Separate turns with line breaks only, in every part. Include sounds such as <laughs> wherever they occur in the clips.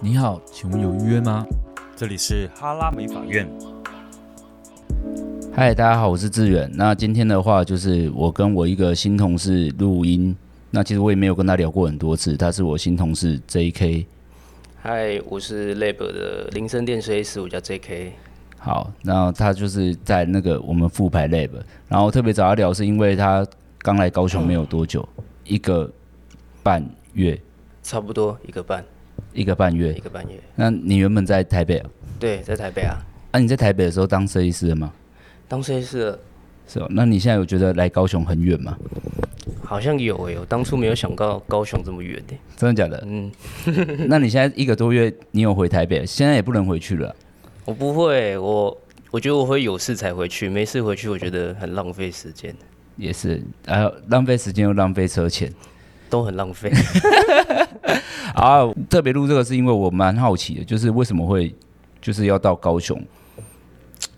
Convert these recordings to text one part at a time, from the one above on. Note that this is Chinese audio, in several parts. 你好，请问有预约吗？
这里是哈拉美法院，
嗨，大家好，我是志远。那今天的话，就是我跟我一个新同事录音。那其实我也没有跟他聊过很多次，他是我新同事 J.K。
嗨，我是 Lab 的铃声电设计师，我叫 J.K。
好，然后他就是在那个我们复牌 lab，然后特别找他聊，是因为他刚来高雄没有多久，一个半月，
差不多一个半，
一个半
一
月。
个半月。
那你原本在台北啊？
对，在台北啊，
啊，你在台北的时候当设计师的吗？
当设计师的
是哦。那你现在有觉得来高雄很远吗？
好像有诶、我当初没有想到高雄这么远诶、
真的假
<laughs>
的？
嗯，
那你现在一个多月，你有回台北？现在也不能回去了啊。
我不会，我我觉得我会有事才回去，没事回去我觉得很浪费时间，
也是，然后浪费时间又浪费车钱。
都很浪费。 <laughs>
啊，特别录这个是因为我蛮好奇的，就是为什么会就是要到高雄？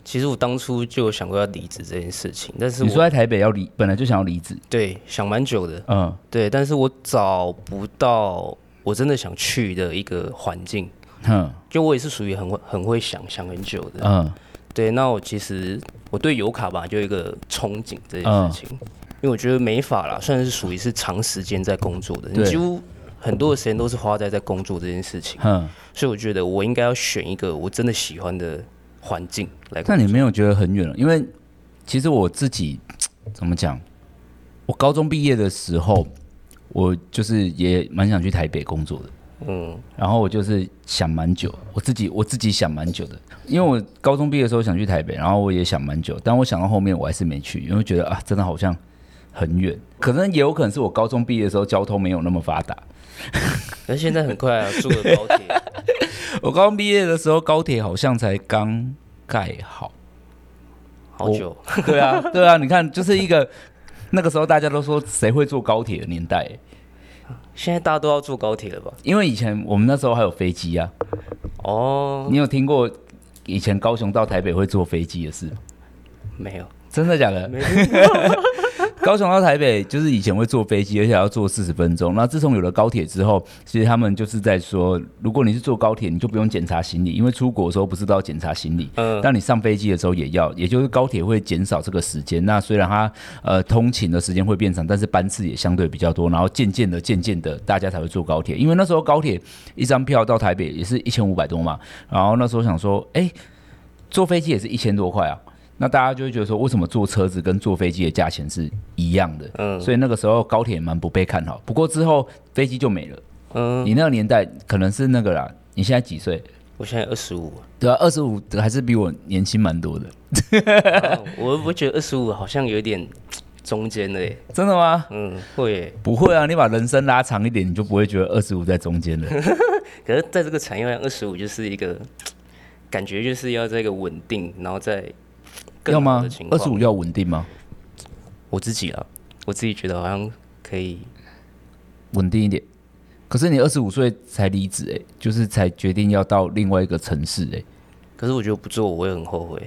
其实我当初就有想过要离职这件事情，但是
你说
我
在台北要离，本来就想要离职，
对想蛮久的，
嗯，
对，但是我找不到我真的想去的一个环境。
哼，
就我也是属于很会很会想想很久的，
嗯，
对，那我其实我对油卡吧就有一个憧憬这
嗯
件事情，因为我觉得美发啦，算是属于是长时间在工作的，你
对
几乎很多的时间都是花在在工作这件事情，
哼。
所以我觉得我应该要选一个我真的喜欢的环境来工作。
但你没有觉得很远了？因为其实我自己怎么讲，我高中毕业的时候，我就是也蛮想去台北工作的。
嗯，
然后我就是想蛮久，我自己我自己想蛮久的，因为我高中毕业的时候想去台北，然后我也想蛮久，但我想到后面我还是没去，因为觉得啊，真的好像很远，可能也有可能是我高中毕业的时候交通没有那么发达，
那现在很快啊，坐了高
<laughs>
铁，
我高中毕业的时候高铁好像才刚盖好，
好久，
对啊，对啊，你看就是一个那个时候大家都说谁会坐高铁的年代，
现在大家都要坐高铁了吧？
因为以前我们那时候还有飞机啊，
哦，
你有听过以前高雄到台北会坐飞机的事吗？
没有，
真的假的？
没
高雄到台北就是以前会坐飞机，而且要坐四十分钟。那自从有了高铁之后，其实他们就是在说，如果你是坐高铁，你就不用检查行李，因为出国的时候不是都要检查行李，
嗯
但你上飞机的时候也要，也就是高铁会减少这个时间。那虽然它呃通勤的时间会变长，但是班次也相对比较多，然后渐渐的、渐渐的，大家才会坐高铁。因为那时候高铁一张票到台北也是一千五百多嘛，然后那时候想说，哎、坐飞机也是一千多块啊。那大家就会觉得说，为什么坐车子跟坐飞机的价钱是一样的？
嗯
所以那个时候高铁蛮不被看好。不过之后飞机就没了。
嗯，
你那个年代可能是那个啦，你现在几岁？
我现在二十五，
对啊，二十五还是比我年轻蛮多的。
啊我我觉得二十五好像有点中间的耶，
真的吗？
嗯，会耶。
不会啊，你把人生拉长一点，你就不会觉得二十五在中间了。
可是在这个产业链，二十五就是一个感觉，就是要这个稳定，然后再
要
<laughs> 更好
吗
的情？
二
况。
十五，要稳定吗？
我自己啊，我自己觉得好像可以，
稳定一点。可是你二十五岁才离职，哎，就是才决定要到另外一个城市、欸，哎，
可是我觉得不做我会很后悔。对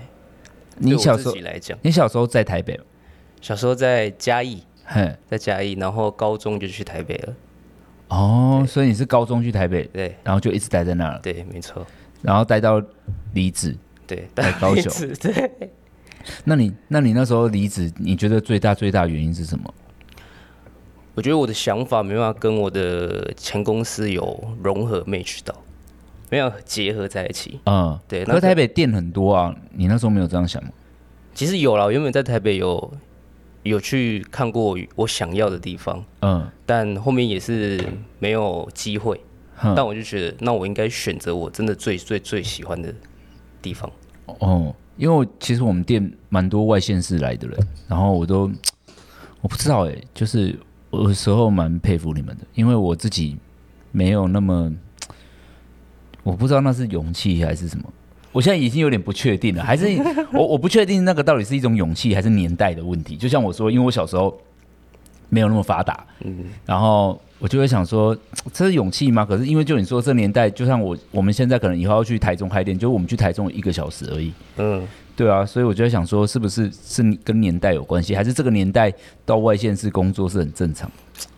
你
我
小时
自
候
己，来讲，
你小时候在台北吗，
小时候在嘉义，
嘿，
在嘉义，然后高中就去台北了。
哦，所以你是高中去台北，
对
然后就一直待在那了，
对，没错，
然后待到离职。
对，
在高雄
<laughs> 对，
那你，那你那时候离职，你觉得最大最大的原因是什么？
我觉得我的想法没办法跟我的前公司有融合 match 到，没有结合在一起。
嗯，
对
可
那
是
个
台北店很多啊，你那时候没有这样想吗？
其实有啦，我原本在台北有有去看过我想要的地方，
嗯，
但后面也是没有机会。
哼
但我就觉得，那我应该选择我真的最最最喜欢的地方。
哦，因为我其实我们店蛮多外县市来的人，然后我都我不知道哎、就是我有时候蛮佩服你们的，因为我自己没有那么，我不知道那是勇气还是什么。我现在已经有点不确定了，还是我我不确定那个到底是一种勇气还是年代的问题。就像我说，因为我小时候没有那么发达，
嗯，
然后我就会想说，这是勇气吗？可是因为就你说这年代，就像我我们现在可能以后要去台中开店，就我们去台中一个小时而已，
嗯，
对啊，所以我就在想说，是不是是跟年代有关系，还是这个年代到外县市工作是很正常？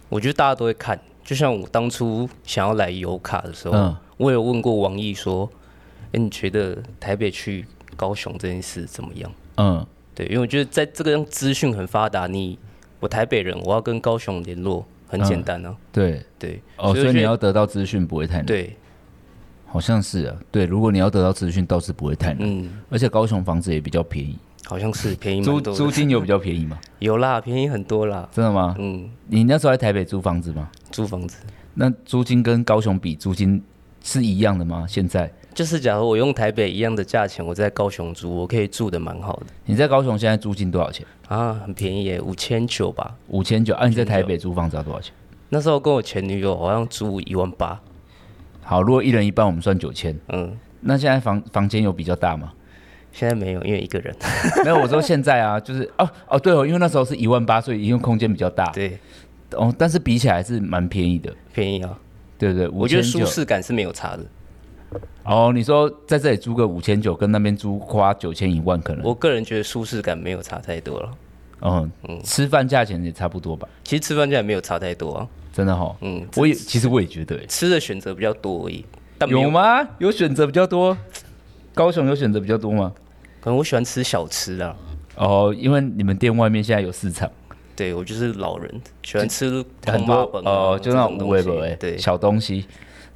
我觉得大家都会看，就像我当初想要来油卡的时候，
嗯
我有问过王毅说，哎、你觉得台北去高雄这件事怎么样？
嗯，
对，因为我觉得在这个资讯很发达，你我台北人，我要跟高雄联络很简单啊，
对，
对，
嗯哦，
所以
所
我
以
觉
你
得
要得到资讯不会太难，，
对，
好像是啊，对，如果你要得到资讯倒是不会太难，
嗯，
而且高雄房子也比较便宜，
好像是便宜
租
蛮多
租
的，
金有比较便宜吗？
有啦，便宜很多啦，
真的吗？
嗯，
你那时候在台北租房子吗？
租房子
那租金跟高雄比，租金是一样的吗？现在
就是假如我用台北一样的价钱，我在高雄租，我可以住的蛮好的
你在高雄现在租金多少钱？
啊，很便宜耶，五千九吧。
五千九，啊，你在台北租房子要多少钱？
那时候跟我前女友好像租一万八，
好，如果一人一半，我们算九千。
嗯，
那现在房房间有比较大吗？ <laughs>
现在没有，因为一个人。
没有，我说现在啊，就是哦哦，对哦，因为那时候是一万八，所以因为空间比较大，
对，
哦，但是比起来还是蛮便宜的，
便宜啊，
对不对？
我觉得舒
5900。
适感是没有差的。
哦，你说在这里租个五千九，跟那边租花九千一万可能，
我个人觉得舒适感没有差太多了。
嗯，吃饭价钱也差不多吧？
其实吃饭价也没有差太多啊，
真的哈，
嗯，
我也其实我也觉得欸，
吃的选择比较多而已。但没
有？吗？有选择比较多，高雄有选择比较多吗？
可能我喜欢吃小吃啊。
哦，因为你们店外面现在有市场，
对我就是老人，喜欢吃
很
空
多
霸本啊
哦，就那
这
种无
东
为
西
不为
对，
小东西。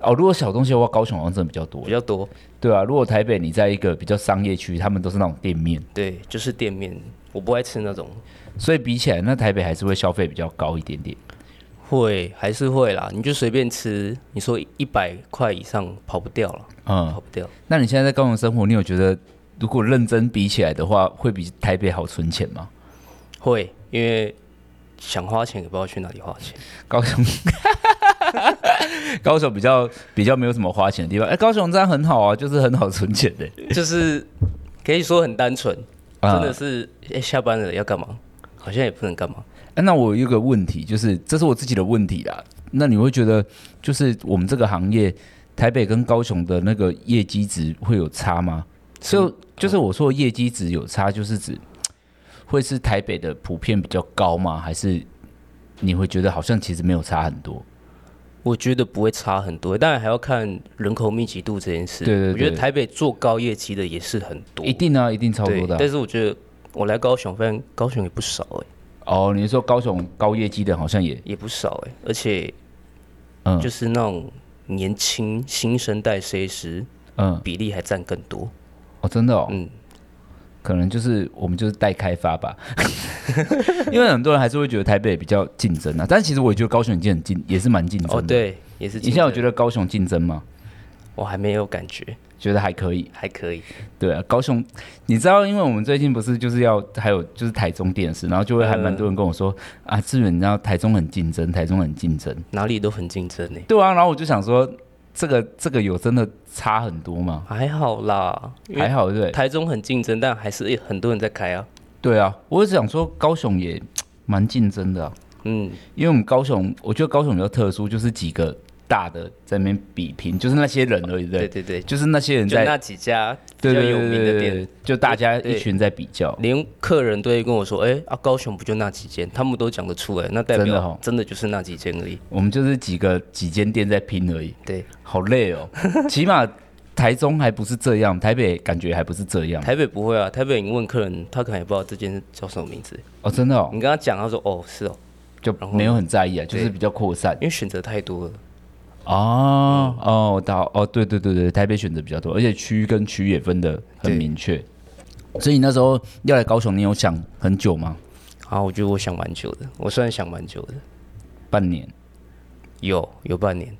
哦，如果小东西的话，高雄好像真的比较多
比，较多。
对啊。如果台北你在一个比较商业区，他们都是那种店面，
对，就是店面，我不爱吃那种。
所以比起来，那台北还是会消费比较高一点点。
会还是会啦，你就随便吃，你说一百块以上跑不掉了，跑
嗯，
不掉。
那你现在在高雄生活，你有觉得如果认真比起来的话，会比台北好存钱吗？
会，因为想花钱也不知道去哪里花
<laughs>
钱。
高雄，高雄比较比较没有什么花钱的地方。哎、高雄这样很好啊，就是很好存钱的、
就是可以说很单纯，
啊
真的是、诶下班了要干嘛？好像也不能干嘛。
哎那我有个问题，就是这是我自己的问题啦。那你会觉得，就是我们这个行业，台北跟高雄的那个业绩值会有差吗？就
哦
就是我说的业绩值有差，就是指会是台北的普遍比较高吗？还是你会觉得好像其实没有差很多？
我觉得不会差很多，当然还要看人口密集度这件事。
对对对
我觉得台北做高业绩的也是很多，
一定啊，一定超
对
多的啊、
但是我觉得我来高雄，发现高雄也不少哎、
哦，你是说高雄高业绩的好像也
也不少哎、而且
嗯
就是那种年轻新生代设计师
嗯
比例还占更多。
哦，真的哦，
嗯，
可能就是我们就是待开发吧， <laughs> 因为很多人还是会觉得台北比较竞争啊，但其实我觉得高雄已经很竞，也是蛮竞争的。
哦，，对，也是。
你现在有觉
得
得高雄竞争吗？
我还没有感觉，
觉得还可以，
还可以。
对啊，高雄，你知道，因为我们最近不是就是要还有就是台中电视，然后就会还蛮多人跟我说、
嗯
啊，志远，你知道台中很竞争，台中很竞争，
哪里都很竞争欸呢、
对啊，然后我就想说，这个这个有真的差很多吗？
还好啦，因为
还好对不对，
台中很竞争，但还是很多人在开啊。
对啊，我是想说高雄也蛮竞争的啊、
嗯，
因为我们高雄，我觉得高雄比较特殊，就是几个大的在那边比拼，就是那些人而已，对不对，
对对对，就
就是那些人在
那几家比
对
较
对
有
对对
名的
对
店，
对就大家
对
一群在比较，
连客人都会跟我说：“哎、啊，高雄不就那几间？”他们都讲得出来，那代
真的
表
哦
真的就是那几间而已。
我们就是几个几间店在拼而已，
对，
好累
<laughs>
哦。起码台中还不是这样，台北感觉还不是这样
台北不会啊，台北你问客人，他可能也不知道这间叫什么名字。
哦，真的哦，
你跟他讲，他说：“哦，是哦，
就没有很在意啊，就是比较扩散
因为选择太多了。嗯
哦哦，我到哦，对对对对，台北选择比较多，而且区跟区也分得很
对
明确。所以你那时候要来高雄，你有想很久吗？”
啊，我觉得我想蛮久的，我虽然想蛮久的，
半年，
有有半年，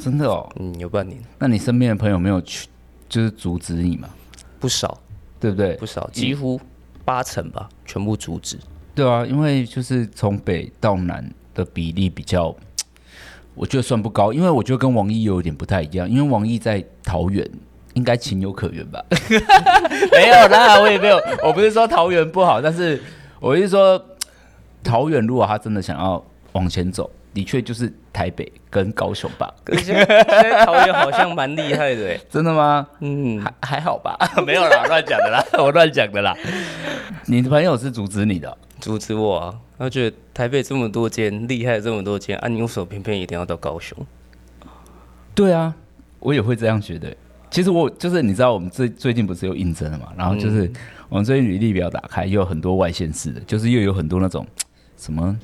真的哦。
嗯，有半年，
那你身边的朋友没有去，就是阻止你嘛，
不少
对不对
不？少，几乎八成吧，全部阻止。
对啊，因为就是从北到南的比例比较，我觉得算不高，因为我觉得跟王毅有点不太一样，因为王毅在桃园。应该情有可原吧？没有啦，我也没有，我不是说桃园不好，但是我是说，桃园如果他真的想要往前走，的确就是台北跟高雄吧？
可是现在现在桃园好像蛮厉害的哎，
真的吗？
<laughs> 嗯，
还还好
<laughs>
吧，没有啦，乱讲的啦，我乱讲的啦。你的朋友是阻止你的哦、
阻止我啊！他觉得台北这么多间，厉害这么多间，啊，你为什么偏偏一定要到高雄？
对啊，我也会这样觉得。其实我就是你知道，我们最最近不是有应征了嘛，然后就是我们最近履历表打开，又有很多外县市的，就是又有很多那种什么，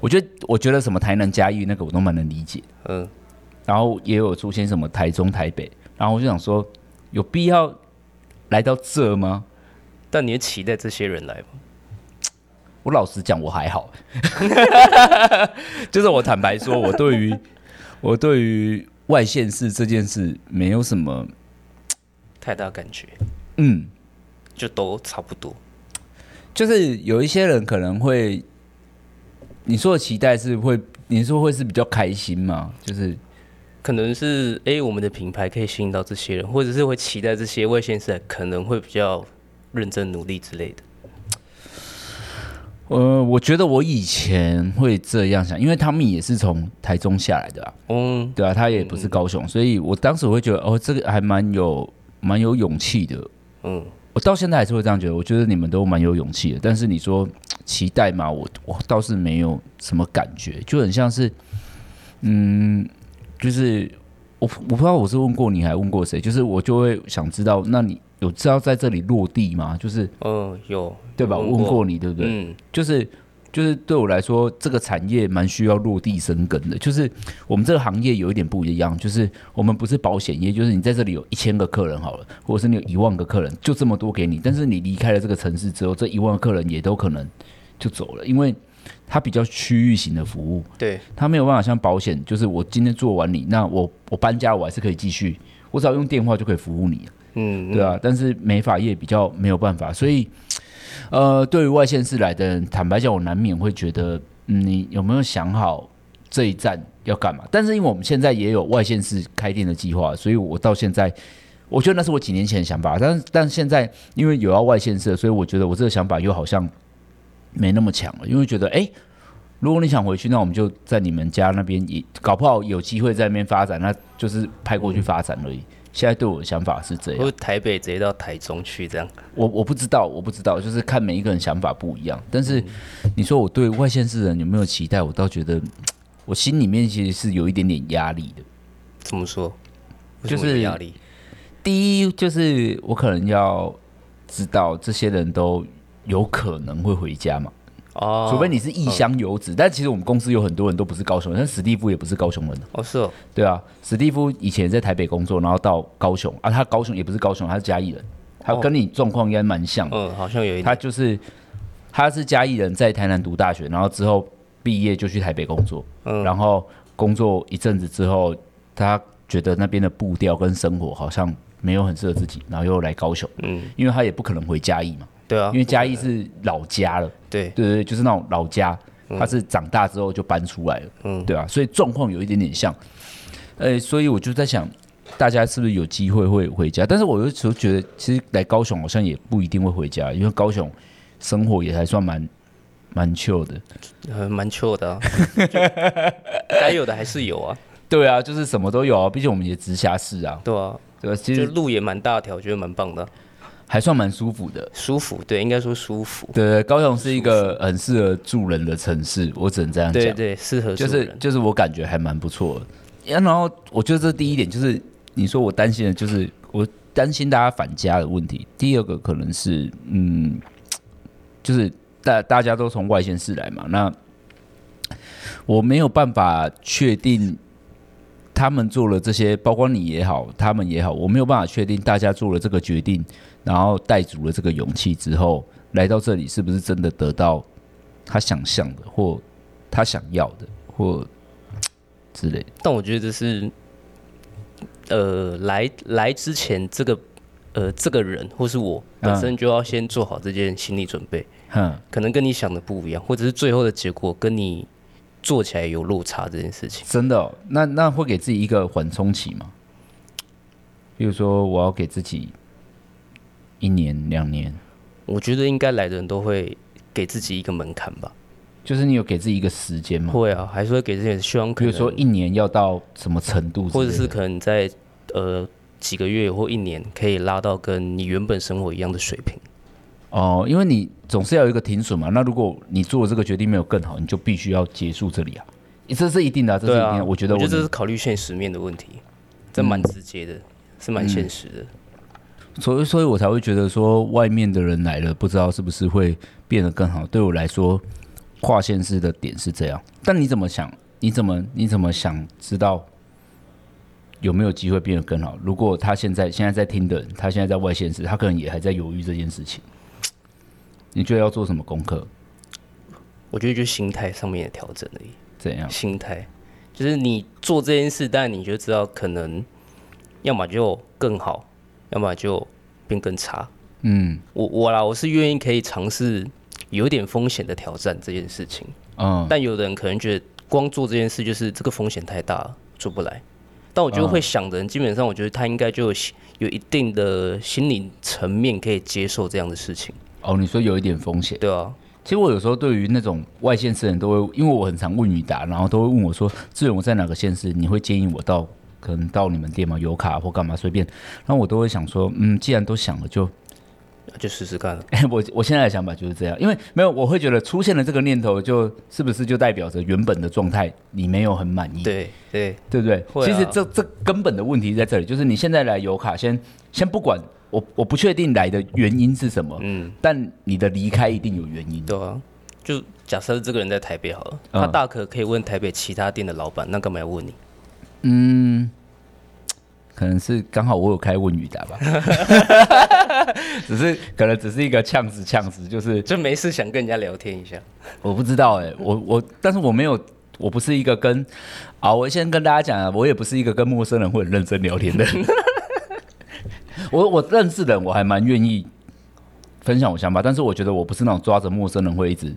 我觉得我觉得什么台南嘉义那个我都蛮能理解，
嗯，
然后也有出现什么台中台北，然后我就想说，有必要来到这吗？
但你也期待这些人来吗？
我老实讲，我还好， <laughs> 就是我坦白说，我对于我对于外县市这件事没有什么，
太大感觉，
嗯，
就都差不多。
就是有一些人可能会，你说的期待是会，你说会是比较开心嘛？就是
可能是哎、诶我们的品牌可以吸引到这些人，或者是会期待这些外线赛可能会比较认真努力之类的。
呃，我觉得我以前会这样想，因为他们也是从台中下来的啊，
嗯，
对啊，他也不是高雄，所以我当时我会觉得，哦，这个还蛮有蛮有勇气的，
嗯，
我到现在还是会这样觉得，我觉得你们都蛮有勇气的。但是你说期待嘛，我我倒是没有什么感觉，就很像是，嗯，就是我我不知道我是问过你还问过谁，就是我就会想知道，那你有知道在这里落地吗？就是
嗯，有
对吧？
有
问过你对不对？
嗯，
就是就是对我来说，这个产业蛮需要落地生根的。就是我们这个行业有一点不一样，就是我们不是保险业，就是你在这里有一千个客人好了，或者是你有一万个客人，就这么多给你。但是你离开了这个城市之后，这一万个客人也都可能就走了，因为它比较区域型的服务，
对，
它没有办法像保险，就是我今天做完你，那我我搬家我还是可以继续，我只要用电话就可以服务你。
嗯，
对啊，但是美发业比较没有办法，所以，呃，对于外县市来的人，坦白讲，我难免会觉得，嗯，你有没有想好这一站要干嘛？但是因为我们现在也有外县市开店的计划，所以我到现在，我觉得那是我几年前的想法，但但现在因为有要外县市了，所以我觉得我这个想法又好像没那么强了，因为觉得，哎、如果你想回去，那我们就在你们家那边也搞不好有机会在那边发展，那就是派过去发展而已。现在对我的想法是这样
或。者台北直接到台中去这样。
我我不知道，我不知道，就是看每一个人想法不一样。但是你说我对外县市人有没有期待，我倒觉得我心里面其实是有一点点压力的。
怎么说？
就
为什么
是
有压力，
第一就是我可能要知道这些人都有可能会回家嘛，
哦，
除非你是异乡游子。但其实我们公司有很多人都不是高雄人，像史蒂夫也不是高雄人啊
哦是哦，
对啊，史蒂夫以前在台北工作，然后到高雄啊，他高雄也不是高雄，他是嘉义人，他跟你状况应该蛮像的。
嗯，好像有一
他
点，
就是他是嘉义人，在台南读大学，然后之后毕业就去台北工作，
嗯
然后工作一阵子之后，他觉得那边的步调跟生活好像没有很适合自己，然后又来高雄，
嗯，
因为他也不可能回嘉义嘛，
对啊
因，为嘉义是老家了，
对，
对对对，就是那种老家，他是长大之后就搬出来了，
嗯
对啊，所以状况有一点点像，呃，所以我就在想。大家是不是有机会会回家？但是我有时候觉得，其实来高雄好像也不一定会回家，因为高雄生活也还算蛮蛮 chill 的。
呃，蛮错的啊， <laughs> 就该有的还是有啊，
对啊，就是什么都有啊，毕竟我们也直辖市啊，
对啊，
对吧、其
就
实
路也蛮大条，我觉得蛮棒的啊，
还算蛮舒服的。
舒服，对，应该说舒服，
对对，高雄是一个很适合住人的城市，我只能这样讲。
对对，适合
就
所有
是
人
就是我感觉还蛮不错的。然后我觉得这第一点就是你说我担心的就是我担心大家返家的问题。第二个可能是嗯，就是大大家都从外县市来嘛，那我没有办法确定。他们做了这些，包括你也好，他们也好，我没有办法确定大家做了这个决定，然后带足了这个勇气之后，来到这里是不是真的得到他想象的或他想要的或之类的。
但我觉得这是，呃，来来之前这个，呃，这个人或是我
嗯
本身就要先做好这件心理准备，
哼，
可能跟你想的不一样，或者是最后的结果跟你做起来有落差这件事情。
真的、哦，那那会给自己一个缓冲期吗？比如说，我要给自己一年、两年，
我觉得应该来的人都会给自己一个门槛吧，
就是你有给自己一个时间吗？
会啊，还是会给自己希望
嗯
可
比如
能，
说一年要到什么程度之
或
类的，
者是可能在呃几个月或一年可以拉到跟你原本生活一样的水平。
哦，因为你总是要有一个停损嘛。那如果你做这个决定没有更好，你就必须要结束这里啊，这是一定的啊、这是一
对
定的啊、
啊，
我觉得我
这
们嗯
是考虑现实面的问题，这蛮直接的，是蛮现实的。
所以，所以我才会觉得说，外面的人来了，不知道是不是会变得更好。对我来说，跨县市的点是这样。但你怎么想？你怎么你怎么想知道有没有机会变得更好？如果他现在现在在听的人，他现在在外县市，他可能也还在犹豫这件事情。你觉得要做什么功课？
我觉得就心态上面的调整而已。
怎样？
心态，就是你做这件事，但你就知道可能，要么就更好，要么就变更差。
嗯
我我啦，我是愿意可以尝试有点风险的挑战这件事情，
嗯，
但有的人可能觉得光做这件事就是这个风险太大了，做不来。但我觉得
嗯
会想的人，基本上我觉得他应该就有心有一定的心理层面可以接受这样的事情，
哦，你说有一点风险。
对啊，
其实我有时候对于那种外县市人都会，因为我很常问你答，然后都会问我说：“志远，我在哪个县市？你会建议我到可能到你们店吗？有卡或干嘛随便？”然后我都会想说：“嗯，既然都想了，就
就试试看。
哎，我 <laughs> 我现在的想法就是这样，因为没有我会觉得出现了这个念头就，是不是就代表着原本的状态你没有很满意？
对对，
对不对？
会啊
其实这这根本的问题在这里，就是你现在来油卡，先先不管我我不确定来的原因是什么，
嗯，
但你的离开一定有原因。
对啊。就假设这个人在台北好了，
嗯
他大可可以问台北其他店的老板，那干嘛要问你？
嗯，可能是刚好我有开问语答吧，只是可能只是一个呛子呛子，就是
就没事想跟人家聊天一下。
我不知道哎、我我，但是我没有，我不是一个跟啊，我先跟大家讲啊，我也不是一个跟陌生人会很认真聊天的人。我我认识的人，我还蛮愿意分享我想法，但是我觉得我不是那种抓着陌生人会一直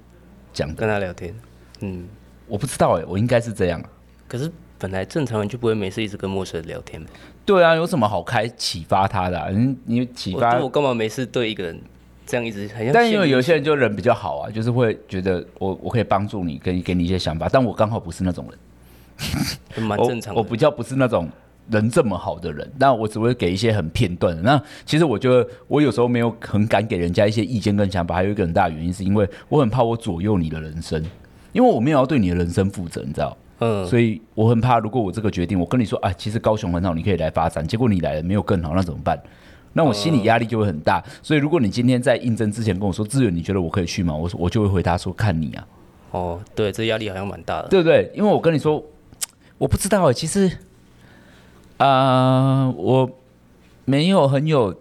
讲的，
跟他聊天，嗯，
我不知道哎、我应该是这样啊。
可是本来正常人就不会没事一直跟陌生人聊天吧？
对啊，有什么好开启发他的、啊？你你启
我
发
对我干嘛没事对一个人这样一直很像？
但因为有些人就人比较好啊，就是会觉得我我可以帮助你，给你给你一些想法，但我刚好不是那种人，
就蛮
我
啊正常的，
我比较不是那种人这么好的人，那我只会给一些很片段的。那其实我觉得我有时候没有很敢给人家一些意见跟想法，还有一个很大的原因是因为我很怕我左右你的人生，因为我没有要对你的人生负责，你知道。
嗯，
所以我很怕，如果我这个决定，我跟你说啊，其实高雄很好，你可以来发展，结果你来了没有更好，那怎么办？那我心理压力就会很大。所以如果你今天在应征之前跟我说志远，你觉得我可以去吗？我说我就会回答说看你啊，
哦，对，这压力好像蛮大的。
对不对？因为我跟你说，我不知道哎、其实啊、我没有很有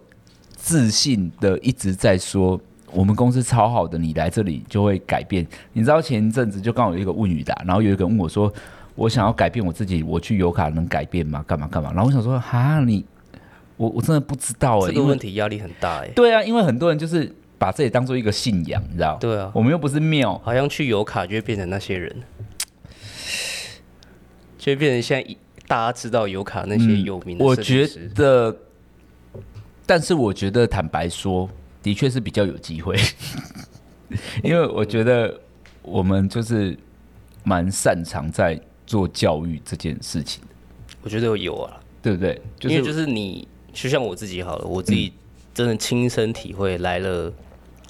自信的一直在说。我们公司超好的，你来这里就会改变。你知道前一阵子就刚好有一个问语达，然后有一个人问我说：“我想要改变我自己，我去油卡能改变吗？干嘛干嘛？”然后我想说：“哈，你我我真的不知道哎、
这
因
个
为
问题压力很大哎、
对啊，因为很多人就是把自己当做一个信仰，你知道？
对啊
我们又不是庙，
好像去油卡就会变成那些人，就会变成现在一大家知道油卡那些有名的、
嗯我觉，得，但是我觉得坦白说，的确是比较有机会， <laughs> 因为我觉得我们就是蛮擅长在做教育这件事情的，
我觉得有啊，
对不对？就
因
是
为就是你，就像我自己好了，我自
嗯
己真的亲身体会来了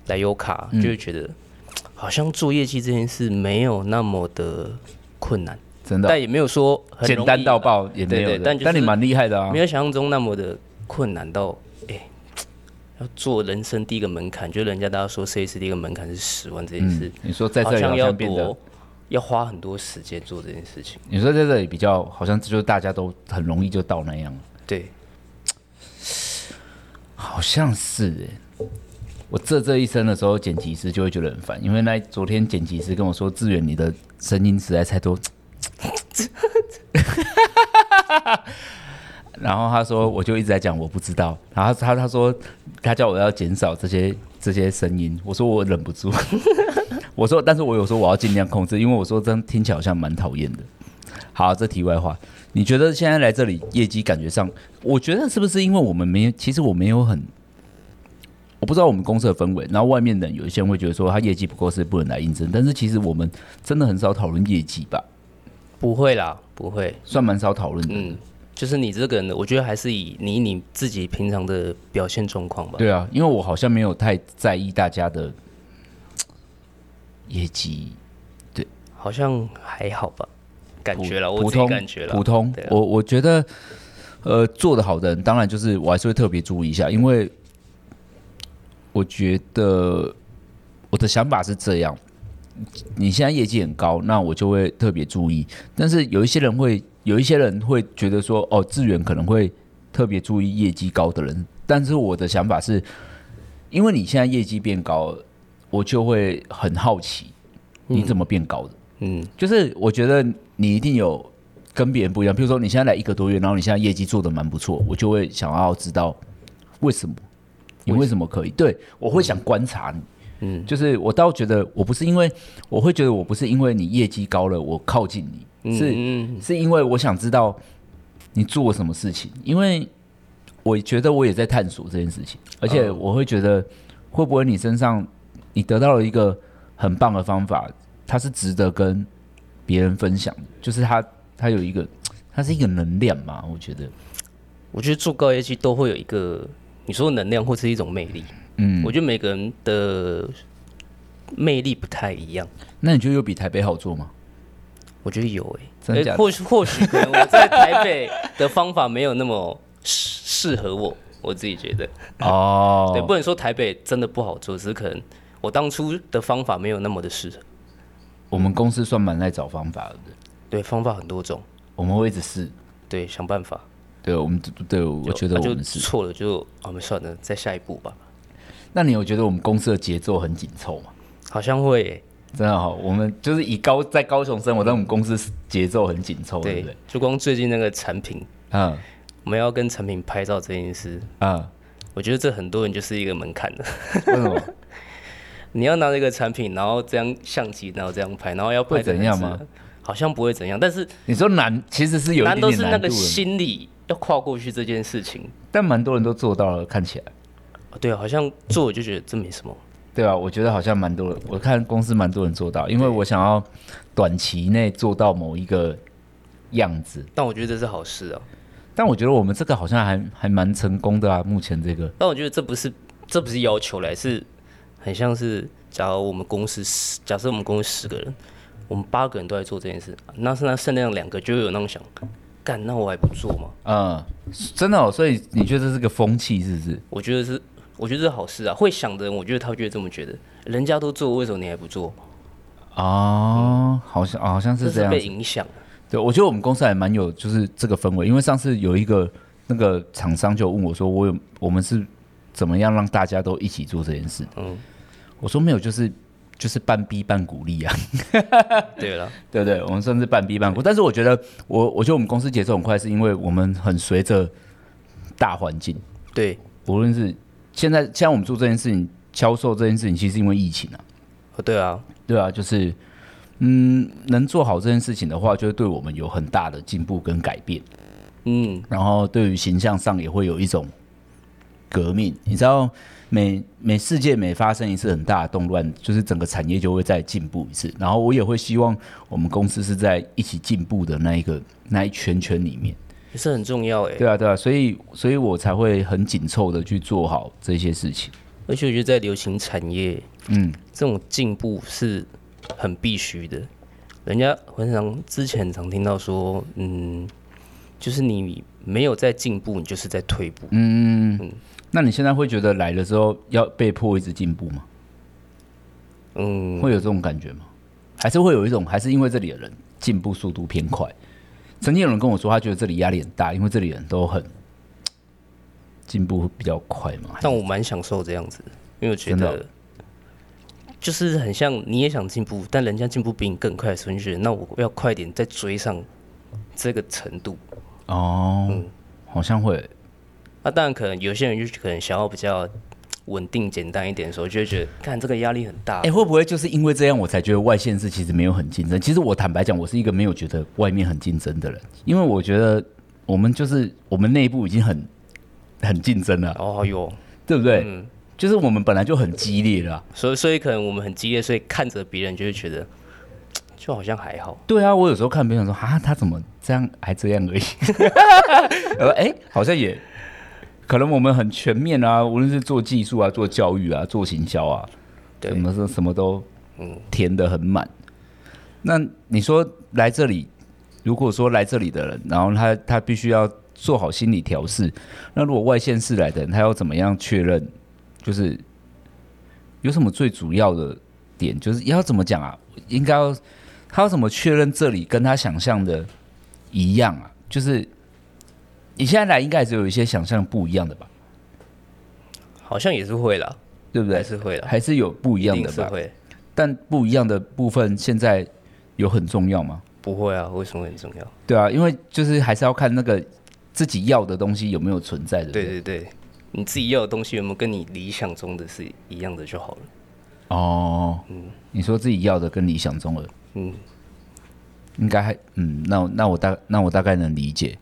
来优卡，
嗯
就会觉得好像做业绩这件事没有那么的困难，
真的
但也没有说很
啊简单到
到爆，
爆也没有的，
对对但就是
你蛮厉害的啊
没。有想象中那么的困难到哎、要做人生第一个门槛，就是人家大家说 CS 第一个门槛是十万这件事
嗯，，你说在这
好
里好
要
像变得
多，要花很多时间做这件事情，
你说在这里比较好像就是大家都很容易就到那样了，
对，
好像是哎、我这这一生的时候，剪辑师就会觉得很烦，因为那昨天剪辑师跟我说，志远你的声音实在太多， <laughs> 然后他说我就一直在讲我不知道，然后他他他说他叫我要减少这些这些声音，我说我忍不住， <laughs> 我说但是我有时候我要尽量控制，因为我说这样听起来好像蛮讨厌的。好，这题外话，你觉得现在来这里业绩感觉上，我觉得是不是因为我们没有，其实我没有很，我不知道我们公司的氛围，然后外面的人有一些人会觉得说他业绩不够是不能来应征，但是其实我们真的很少讨论业绩吧，
不会啦，不会，
算蛮少讨论的。
嗯，就是你这个人的，我觉得还是以你你自己平常的表现状况吧。
对啊，因为我好像没有太在意大家的业绩，
好像还好吧，感觉了，
普
我
普
自己
通
感觉了，
普通
对啊。
我我觉得呃，做的好的人，当然就是我还是会特别注意一下，因为我觉得我的想法是这样：你现在业绩很高，那我就会特别注意。但是有一些人会，有一些人会觉得说，哦，志远可能会特别注意业绩高的人。但是我的想法是，因为你现在业绩变高了，我就会很好奇你怎么变高的。
嗯，
就是我觉得你一定有跟别人不一样，比如说你现在来一个多月，然后你现在业绩做的蛮不错，我就会想要知道为什么你为什么可以？对我会想观察你，
嗯，
就是我倒觉得我不是因为我会觉得我不是因为你业绩高了我靠近你，是
嗯
是因为我想知道你做了什么事情，因为我觉得我也在探索这件事情，而且我会觉得会不会你身上你得到了一个很棒的方法，它是值得跟别人分享的，就是它它有一个它是一个能量嘛，我觉得，
我觉得做高业绩都会有一个你说能量或是一种魅力，
嗯
我，觉得每个人的魅力不太一样。
那你觉得有比台北好做吗？
我觉得有诶、
真的假的
诶或许或许可能我在台北的方法没有那么适适合我，我自己觉得。
哦
对，不能说台北真的不好做，只是可能我当初的方法没有那么的适合。
我们公司算蛮在找方法的，
对，方法很多种，
我们会一直试，
对，想办法。
对我们对，我
就
觉得
啊
我
就
们是。
错了就，哦我们算了，再下一步吧。
那你有觉得我们公司的节奏很紧凑吗？
好像会耶、欸
真的好、我们就是以高在高雄生活，但我们公司节奏很紧凑，对不对
对？，就光最近那个产品，
嗯
我们要跟产品拍照这件事，
嗯，
我觉得这很多人就是一个门槛的。 <laughs>
为什么？
你要拿那个产品，然后这样相机，然后这样拍，然后要拍
会怎
得很
样
自
吗
然？好像不会怎样，但是
你说难，其实是有一
难
点
都
点
是那
难度
个
的，
心理要跨过去这件事情。
但蛮多人都做到了，看起来，
啊对啊，好像做我就觉得这没什么。
对啊吧？我觉得好像蛮多人，我看公司蛮多人做到，因为我想要短期内做到某一个样子。
但我觉得这是好事啊。
但我觉得我们这个好像还还蛮成功的啊，目前这个
但我觉得这不是这不是要求来，是很像是假如我们公司十，假设我们公司十个人，我们八个人都在做这件事，那是那剩量两个就有那种想，干，那我还不做吗？
嗯，真的、哦，所以你觉得这是个风气是不是？
我觉得是，我觉得是好事啊。会想的人，我觉得他就会这么觉得，人家都做，为什么你还不做？
哦，好像、哦好像是这
是
样
被
子，
影响的。
对，我觉得我们公司还蛮有就是这个氛围，因为上次有一个那个厂商就问我说，我有我们是怎么样让大家都一起做这件事？
嗯，
我说没有，就是就是半逼半鼓励啊， <laughs>
对了，
对不对？我们算是半逼半鼓，但是我觉得我我觉得我们公司节奏很快，是因为我们很随着大环境，
对，
无论是现在现在我们做这件事情，销售这件事情，其实是因为疫情啊，
哦对啊，
对啊，就是。嗯，能做好这件事情的话，就会对我们有很大的进步跟改变。
嗯，
然后对于形象上也会有一种革命。你知道，每每世界每发生一次很大的动乱，就是整个产业就会再进步一次。然后我也会希望我们公司是在一起进步的那一个那一圈圈里面。
也是很重要哎、
对啊，对啊，所以所以我才会很紧凑的去做好这些事情。
而且我觉得在流行产业，
嗯，
这种进步是很必须的。人家很常之前常听到说，嗯，就是你没有在进步，你就是在退步。
嗯
嗯
那你现在会觉得来的时候要被迫一直进步吗？
嗯，
会有这种感觉吗？还是会有一种，还是因为这里的人进步速度偏快？曾经有人跟我说，他觉得这里压力很大，因为这里人都很进步比较快嘛。
但我蛮享受这样子的，因为我觉
真的哦
得就是很像你也想进步，但人家进步比你更快的时候，你就觉得那我要快点再追上这个程度。
哦，
嗯
好像会，
啊那、当然，可能有些人就可能想要比较稳定、简单一点的时候，就会觉得看这个压力很大。
哎、会不会就是因为这样，我才觉得外县市其实没有很竞争？其实我坦白讲，我是一个没有觉得外面很竞争的人，因为我觉得我们就是我们内部已经很很竞争了，
哦哟，
对不对？就是我们本来就很激烈了啊、
所以所以可能我们很激烈，所以看着别人就会觉得就好像还好。
对啊，我有时候看别人说啊，他怎么这样还这样而已。 <laughs> 呃，哎、好像也可能我们很全面啊，无论是做技术啊、做教育啊、做行销啊，
对
什么是什么都填得很满。那你说来这里，如果说来这里的人，然后他他必须要做好心理调试。那如果外县市来的人，他要怎么样确认？就是有什么最主要的点，就是要怎么讲啊？应该要他要怎么确认这里跟他想象的一样啊？就是你现在来，应该只有一些想象不一样的吧？
好像也是会啦，
对不对？
还是会啦，
还是有不一
一
样
定
的
是
吧？
会，
但不一样的部分现在有很重要吗？
不会啊？为什么很重要？
对啊，因为就是还是要看那个自己要的东西有没有存在的。
对
不
对对，你自己要的东西有没有跟你理想中的是一样的就好了。
哦，你说自己要的跟理想中的
嗯，
应该还嗯，那我那我大那我大概能理解。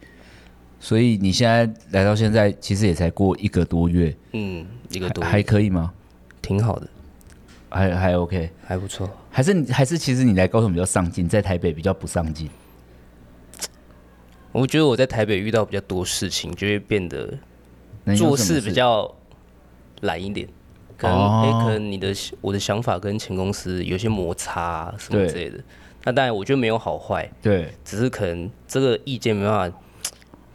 所以你现在来到现在，其实也才过一个多月，
嗯，一个多
还还可以吗？
挺好的，
还还 OK，
还不错。
还是你还是其实你来高雄比较上进，在台北比较不上进。
我觉得我在台北遇到比较多事情，就会变得
哎那你有
做
什么
事比较懒一点，可能
哦
哎、诶可能你的我的想法跟前公司有些摩擦、啊、什么
对
之类的。那当然，我觉得没有好坏，
对
只是可能这个意见没办法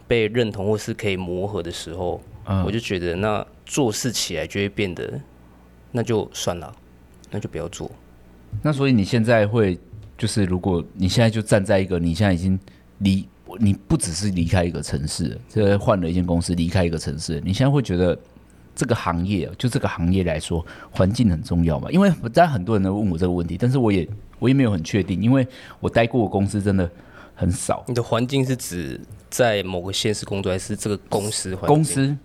被认同或是可以磨合的时候，
嗯
我就觉得那做事起来就会变得，那就算了，那就不要做。
那所以你现在会就是，如果你现在就站在一个你现在已经离你不只是离开一个城市了，这换了一间公司，离开一个城市了，你现在会觉得这个行业啊就这个行业来说，环境很重要嘛？因为当然很多人都问我这个问题，但是我也我也没有很确定，因为我待过的公司真的很少，
你的环境是指在某个县市工作，还是这个公司环境？
公司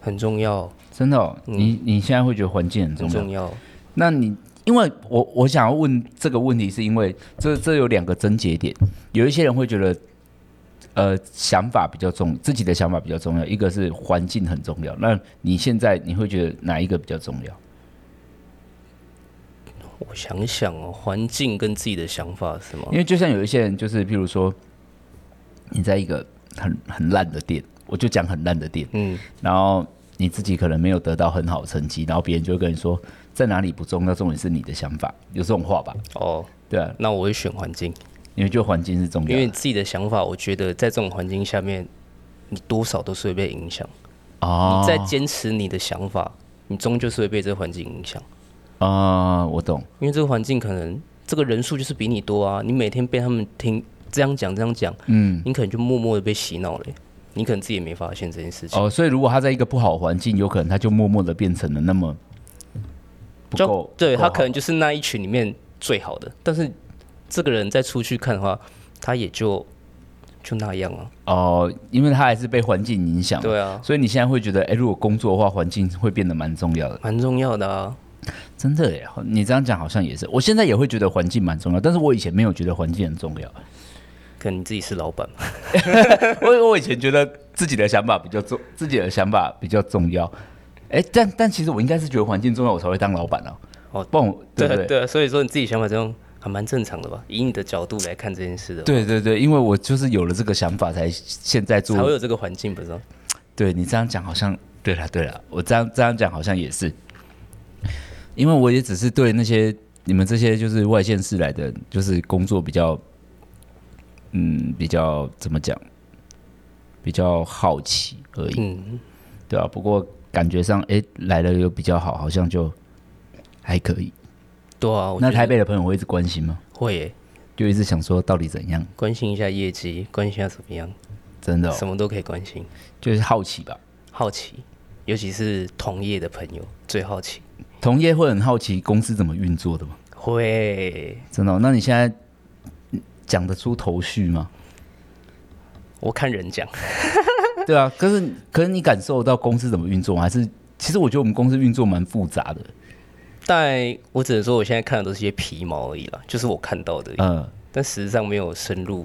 很重要，
真的哦、你你现在会觉得环境很重
很
要。
重要。
那你因为我我想要问这个问题，是因为这这有两个症结点，有一些人会觉得，呃，想法比较重，自己的想法比较重要，一个是环境很重要。那你现在你会觉得哪一个比较重要？
我想想哦，环境跟自己的想法是吗
因？为就像有一些人，就是譬如说，你在一个很很烂的店，我就讲很烂的店，
嗯，
然后你自己可能没有得到很好的成绩，然后别人就会跟你说在哪里不重要，重点是你的想法，有这种话吧？
哦，
对啊，
那我会选环境，
因为就环境是重要的，
因为自己的想法，我觉得在这种环境下面，你多少都是会被影响。
哦
你再坚持你的想法，你终究是会被这个环境影响，
啊、我懂。
因为这个环境可能这个人数就是比你多啊，你每天被他们听这样讲这样讲，
嗯，
你可能就默默的被洗脑了欸、你可能自己也没发现这件事情。
哦，所以如果他在一个不好的环境，有可能他就默默的变成了那么不
就
够，
对
不够
他
好
可能就是那一群里面最好的，但是这个人再出去看的话，他也就就那样啊。
哦，因为他还是被环境影响。、
对啊，
所以你现在会觉得，哎，如果工作的话，环境会变得蛮重要的。
蛮重要的啊。
真的耶，你这样讲好像也是，我现在也会觉得环境蛮重要，但是我以前没有觉得环境很重要， <laughs>
可能你自己是老板嘛，
我我以前觉得自己的想法比较重，自己的想法比较重要。哎，但但其实我应该是觉得环境重要，我才会当老板啊。
哦
不然我对不
对对啊，所以说你自己想法这样还蛮正常的吧？以你的角度来看这件事的话，
对对对，因为我就是有了这个想法，才现在做
才会有这个环境，不是吗？
对你这样讲好像对了对了，我这样这样讲好像也是，因为我也只是对那些你们这些就是外县市来的，就是工作比较，嗯，比较怎么讲，比较好奇而已，
嗯，
对啊，不过感觉上哎来了又比较好，好像就还可以。
对啊，我
那
觉得
台北的朋友会一直关心吗？
会耶
就一直想说到底怎样？
关心一下业绩，关心一下怎么样，
真的哦、
什么都可以关心，
就是好奇吧。
好奇，尤其是同业的朋友最好奇，
同业会很好奇公司怎么运作的吗？
会。
真的哦、那你现在嗯讲得出头绪吗？
我看人讲，
对啊，可是可是你感受到公司怎么运作吗？还是其实我觉得我们公司运作蛮复杂的。
但我只能说我现在看的都是一些皮毛而已啦，就是我看到的而已，
呃，
但实际上没有深入，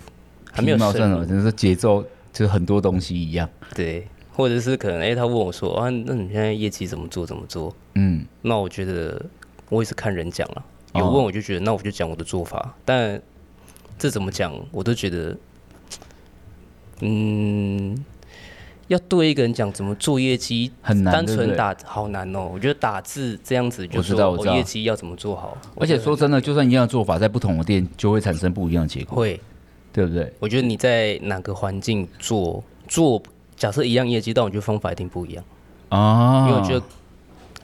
还没
皮
有
毛
深
算
入
了，就是节奏就是很多东西一样。
对，或者是可能哎、他问我说啊，那你现在业绩怎么做怎么做？
嗯，
那我觉得我也是看人讲了，啊有
哦
问我就觉得那我就讲我的做法，但这怎么讲我都觉得，嗯，要对一个人讲怎么做业绩
很难
单
对不
纯
对
打好难哦、我觉得打字这样子就
我知
说哦
道我知道
业绩要怎么做好，
而且说真的，就算一样的做法，在不同的店就会产生不一样的结果，
会，
对不对？
我觉得你在哪个环境做做假设一样业绩，但我觉得方法一定不一样，
啊，
因为我觉得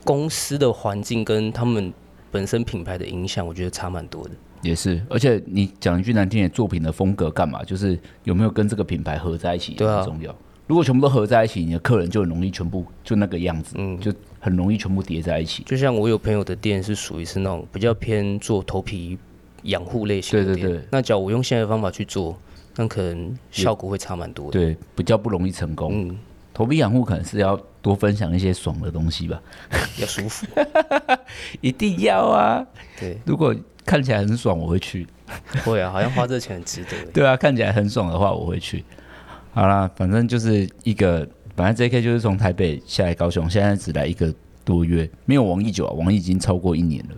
公司的环境跟他们本身品牌的影响，我觉得差蛮多的。
也是，而且你讲一句难听点，作品的风格干嘛？就是有没有跟这个品牌合在一起也
对啊
很重要。如果全部都合在一起，你的客人就很容易全部就那个样子，
嗯
就很容易全部叠在一起。
就像我有朋友的店是属于是那种比较偏做头皮养护类型的
对
店，
对对
那假如我用现在的方法去做，那可能效果会差蛮多的。
对，比较不容易成功。
嗯，
头皮养护可能是要多分享一些爽的东西吧，
要舒服。
一定要啊！
对，
如果看起来很爽，我会去。
会啊，好像花这钱很值
<laughs>
得。
对啊，看起来很爽的话，我会去。好啦，反正就是一个，本来 J.K. 就是从台北下来高雄，现在只来一个多月，没有王毅久啊，王毅已经超过一年了。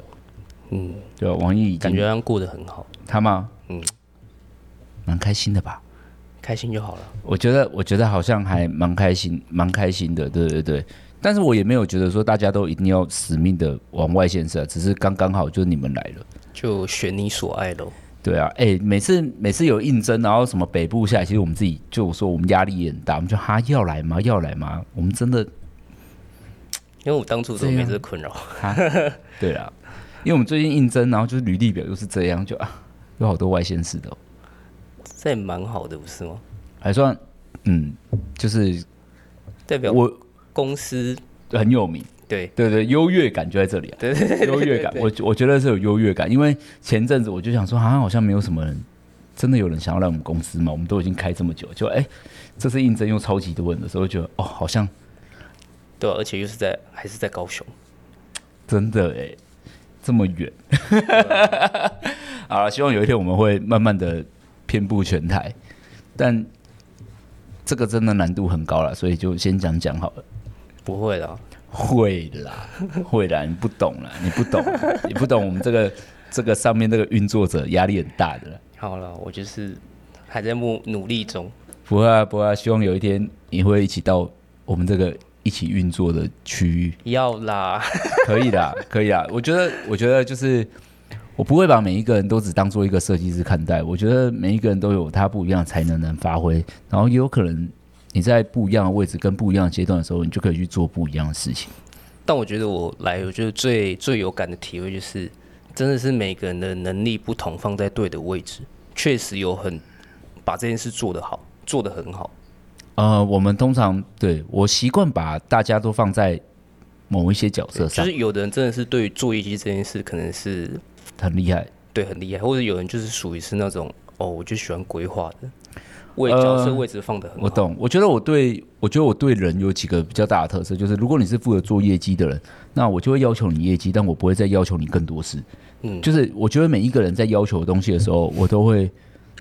嗯，
对啊，王毅已经
感觉好像过得很好，
他吗？嗯
嗯，
蛮开心的吧？
开心就好了。
我觉得，我觉得好像还蛮开心，蛮开心的。对对对，但是我也没有觉得说大家都一定要死命的往外线射，只是刚刚好就是你们来了。
就选你所爱喽。
对啊，哎、每次每次有应征，然后什么北部下来，其实我们自己就说我们压力也很大，我们就哈要来吗？要来吗？我们真的
因为我当初都
啊
没这个困扰，
对啊，因为我们最近应征，然后就是履历表又是这样，就啊有好多外线式的哦、
这也蛮好的，不是吗？
还算嗯，就是
代表
我
公司
很有名。
对
对对，优越感就在这里啊，优越感，我我觉得是有优越感，因为前阵子我就想说，好像好像没有什么人，真的有人想要来我们公司嘛，我们都已经开这么久，就哎，这次应征又超级多人的时候，觉得哦，好像
对啊、而且又是在还是在高雄，
真的哎，这么远， <laughs> 好了，希望有一天我们会慢慢的遍布全台，但这个真的难度很高了，所以就先讲讲好了。
不会啦，
会啦， <laughs> 会啦，你不懂啦，你不懂， <laughs> 你不懂我们这个这个上面这个运作者压力很大的啦。
好了，我就是还在努努力中，
不会啊，不会啊，希望有一天你会一起到我们这个一起运作的区域，
要啦，
<laughs> 可以的，可以啊。我觉得，我觉得就是我不会把每一个人都只当做一个设计师看待，我觉得每一个人都有他不一样的才能能发挥，然后也有可能你在不一样的位置跟不一样的阶段的时候，你就可以去做不一样的事情。
但我觉得我来，我觉得最最有感的体会就是，真的是每个人的能力不同，放在对的位置，确实有很把这件事做得好，做得很好，
呃，我们通常对我习惯把大家都放在某一些角色
就
上，
是有的人真的是对于做业绩这件事可能是
很厉害。
对，很厉害，或者有人就是属于是那种哦，我就喜欢规划的，位角色位置放的很好。
呃我懂，我觉得我对我觉得我对人有几个比较大的特色，就是如果你是负责做业绩的人，那我就会要求你业绩，但我不会再要求你更多事。
嗯
就是我觉得每一个人在要求的东西的时候，我都会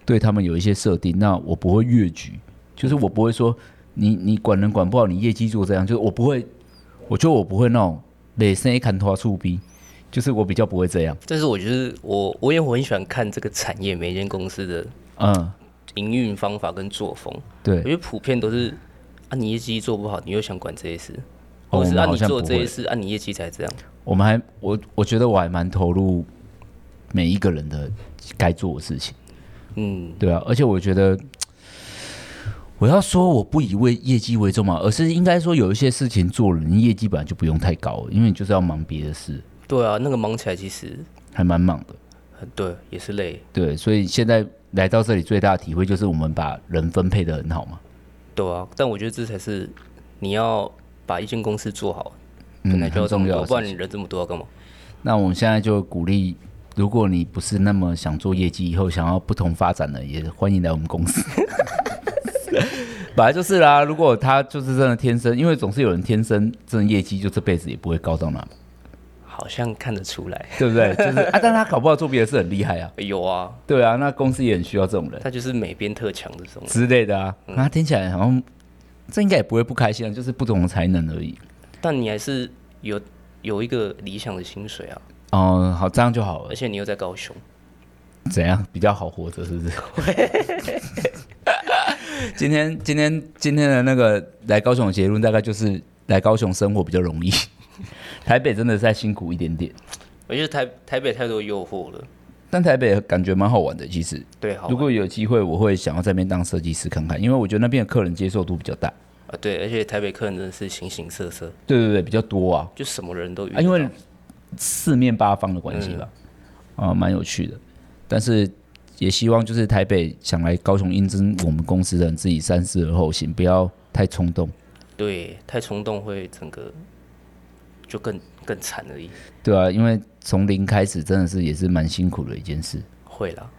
对他们有一些设定，那我不会越矩，就是我不会说你你管人管不好，你业绩做这样，就是我不会，我觉得我不会那种累生一砍头出逼，就是我比较不会这样，
但是我就是我，我也我很喜欢看这个产业每一间公司的
嗯。
营运方法跟作风，我觉
对，
得普遍都是啊，你业绩做不好，你又想管这些事，
哦
或者是
我们
啊
好
你
像
做
不
这些
会
事，啊你业绩才这样。
我们还我我觉得我还蛮投入每一个人的该做的事情，
嗯，
对啊，而且我觉得我要说我不以为业绩为重嘛，而是应该说有一些事情做了，你业绩本来就不用太高，因为你就是要忙别的事，
对啊，那个忙起来其实
还蛮忙的。
很对，也是累。
对，所以现在来到这里最大的体会就是我们把人分配的很好嘛，
对啊，但我觉得这才是你要把一间公司做好，本
嗯，
来就
很
这
重
么
要
多，
的
不然
事
你
情
人这么多要干嘛？
那我们现在就鼓励。如果你不是那么想做业绩，以后想要不同发展的，也欢迎来我们公司。 <laughs> 本来就是啦，如果他就是真的天生，因为总是有人天生真的业绩就这辈子也不会高到哪，
好像看得出来。
对不对？就是啊，但他搞不好做别的事很厉害啊，
有啊，
对啊，那公司也很需要这种人
他就是美边特强这种。
之类的啊。那听起来好像这应该也不会不开心啊，就是不同的才能而已。
但你还是有有一个理想的薪水啊，
哦、好，这样就好了
而。且你又在高雄，
怎样比较好活着？是不是？ <laughs> 今天今天今天的那个来高雄的结论大概就是来高雄生活比较容易， <laughs> 台北真的再辛苦一点点。
我觉得台台北太多诱惑了。
但台北感觉蛮好玩的，其实
对，好玩，
如果有机会，我会想要在那边当设计师看看，因为我觉得那边的客人接受度比较大。
啊，对，而且台北客人真的是形形色色，
对对对，比较多啊，
就什么人都遇得
啊，
到。
因为四面八方的关系吧，
嗯
啊，蛮有趣的。但是也希望就是台北想来高雄应征我们公司的人，自己三思而后行，不要太冲动。
对太冲动会整个就更更惨而已，
对啊，因为从零开始真的是也是蛮辛苦的一件事。
会啦，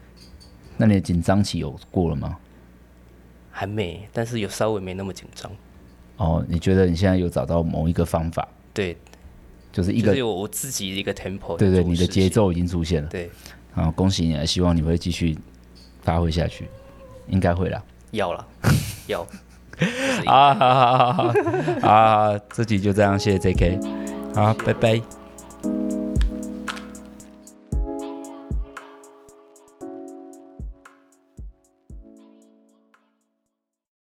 那你的紧张期有过了吗？
还没，但是有稍微没那么紧张。
哦，你觉得你现在有找到某一个方法，
对，
就是一
就
个
是有我自己的一个 tempo，
对对，
做
你的
事情
节，奏已经出现了。
对，
啊，恭喜你啊，希望你会继续发挥下去，应该会啦。
要啦，要，
啊，好好好好好啊，这集就这样，谢谢 J K，好，拜拜。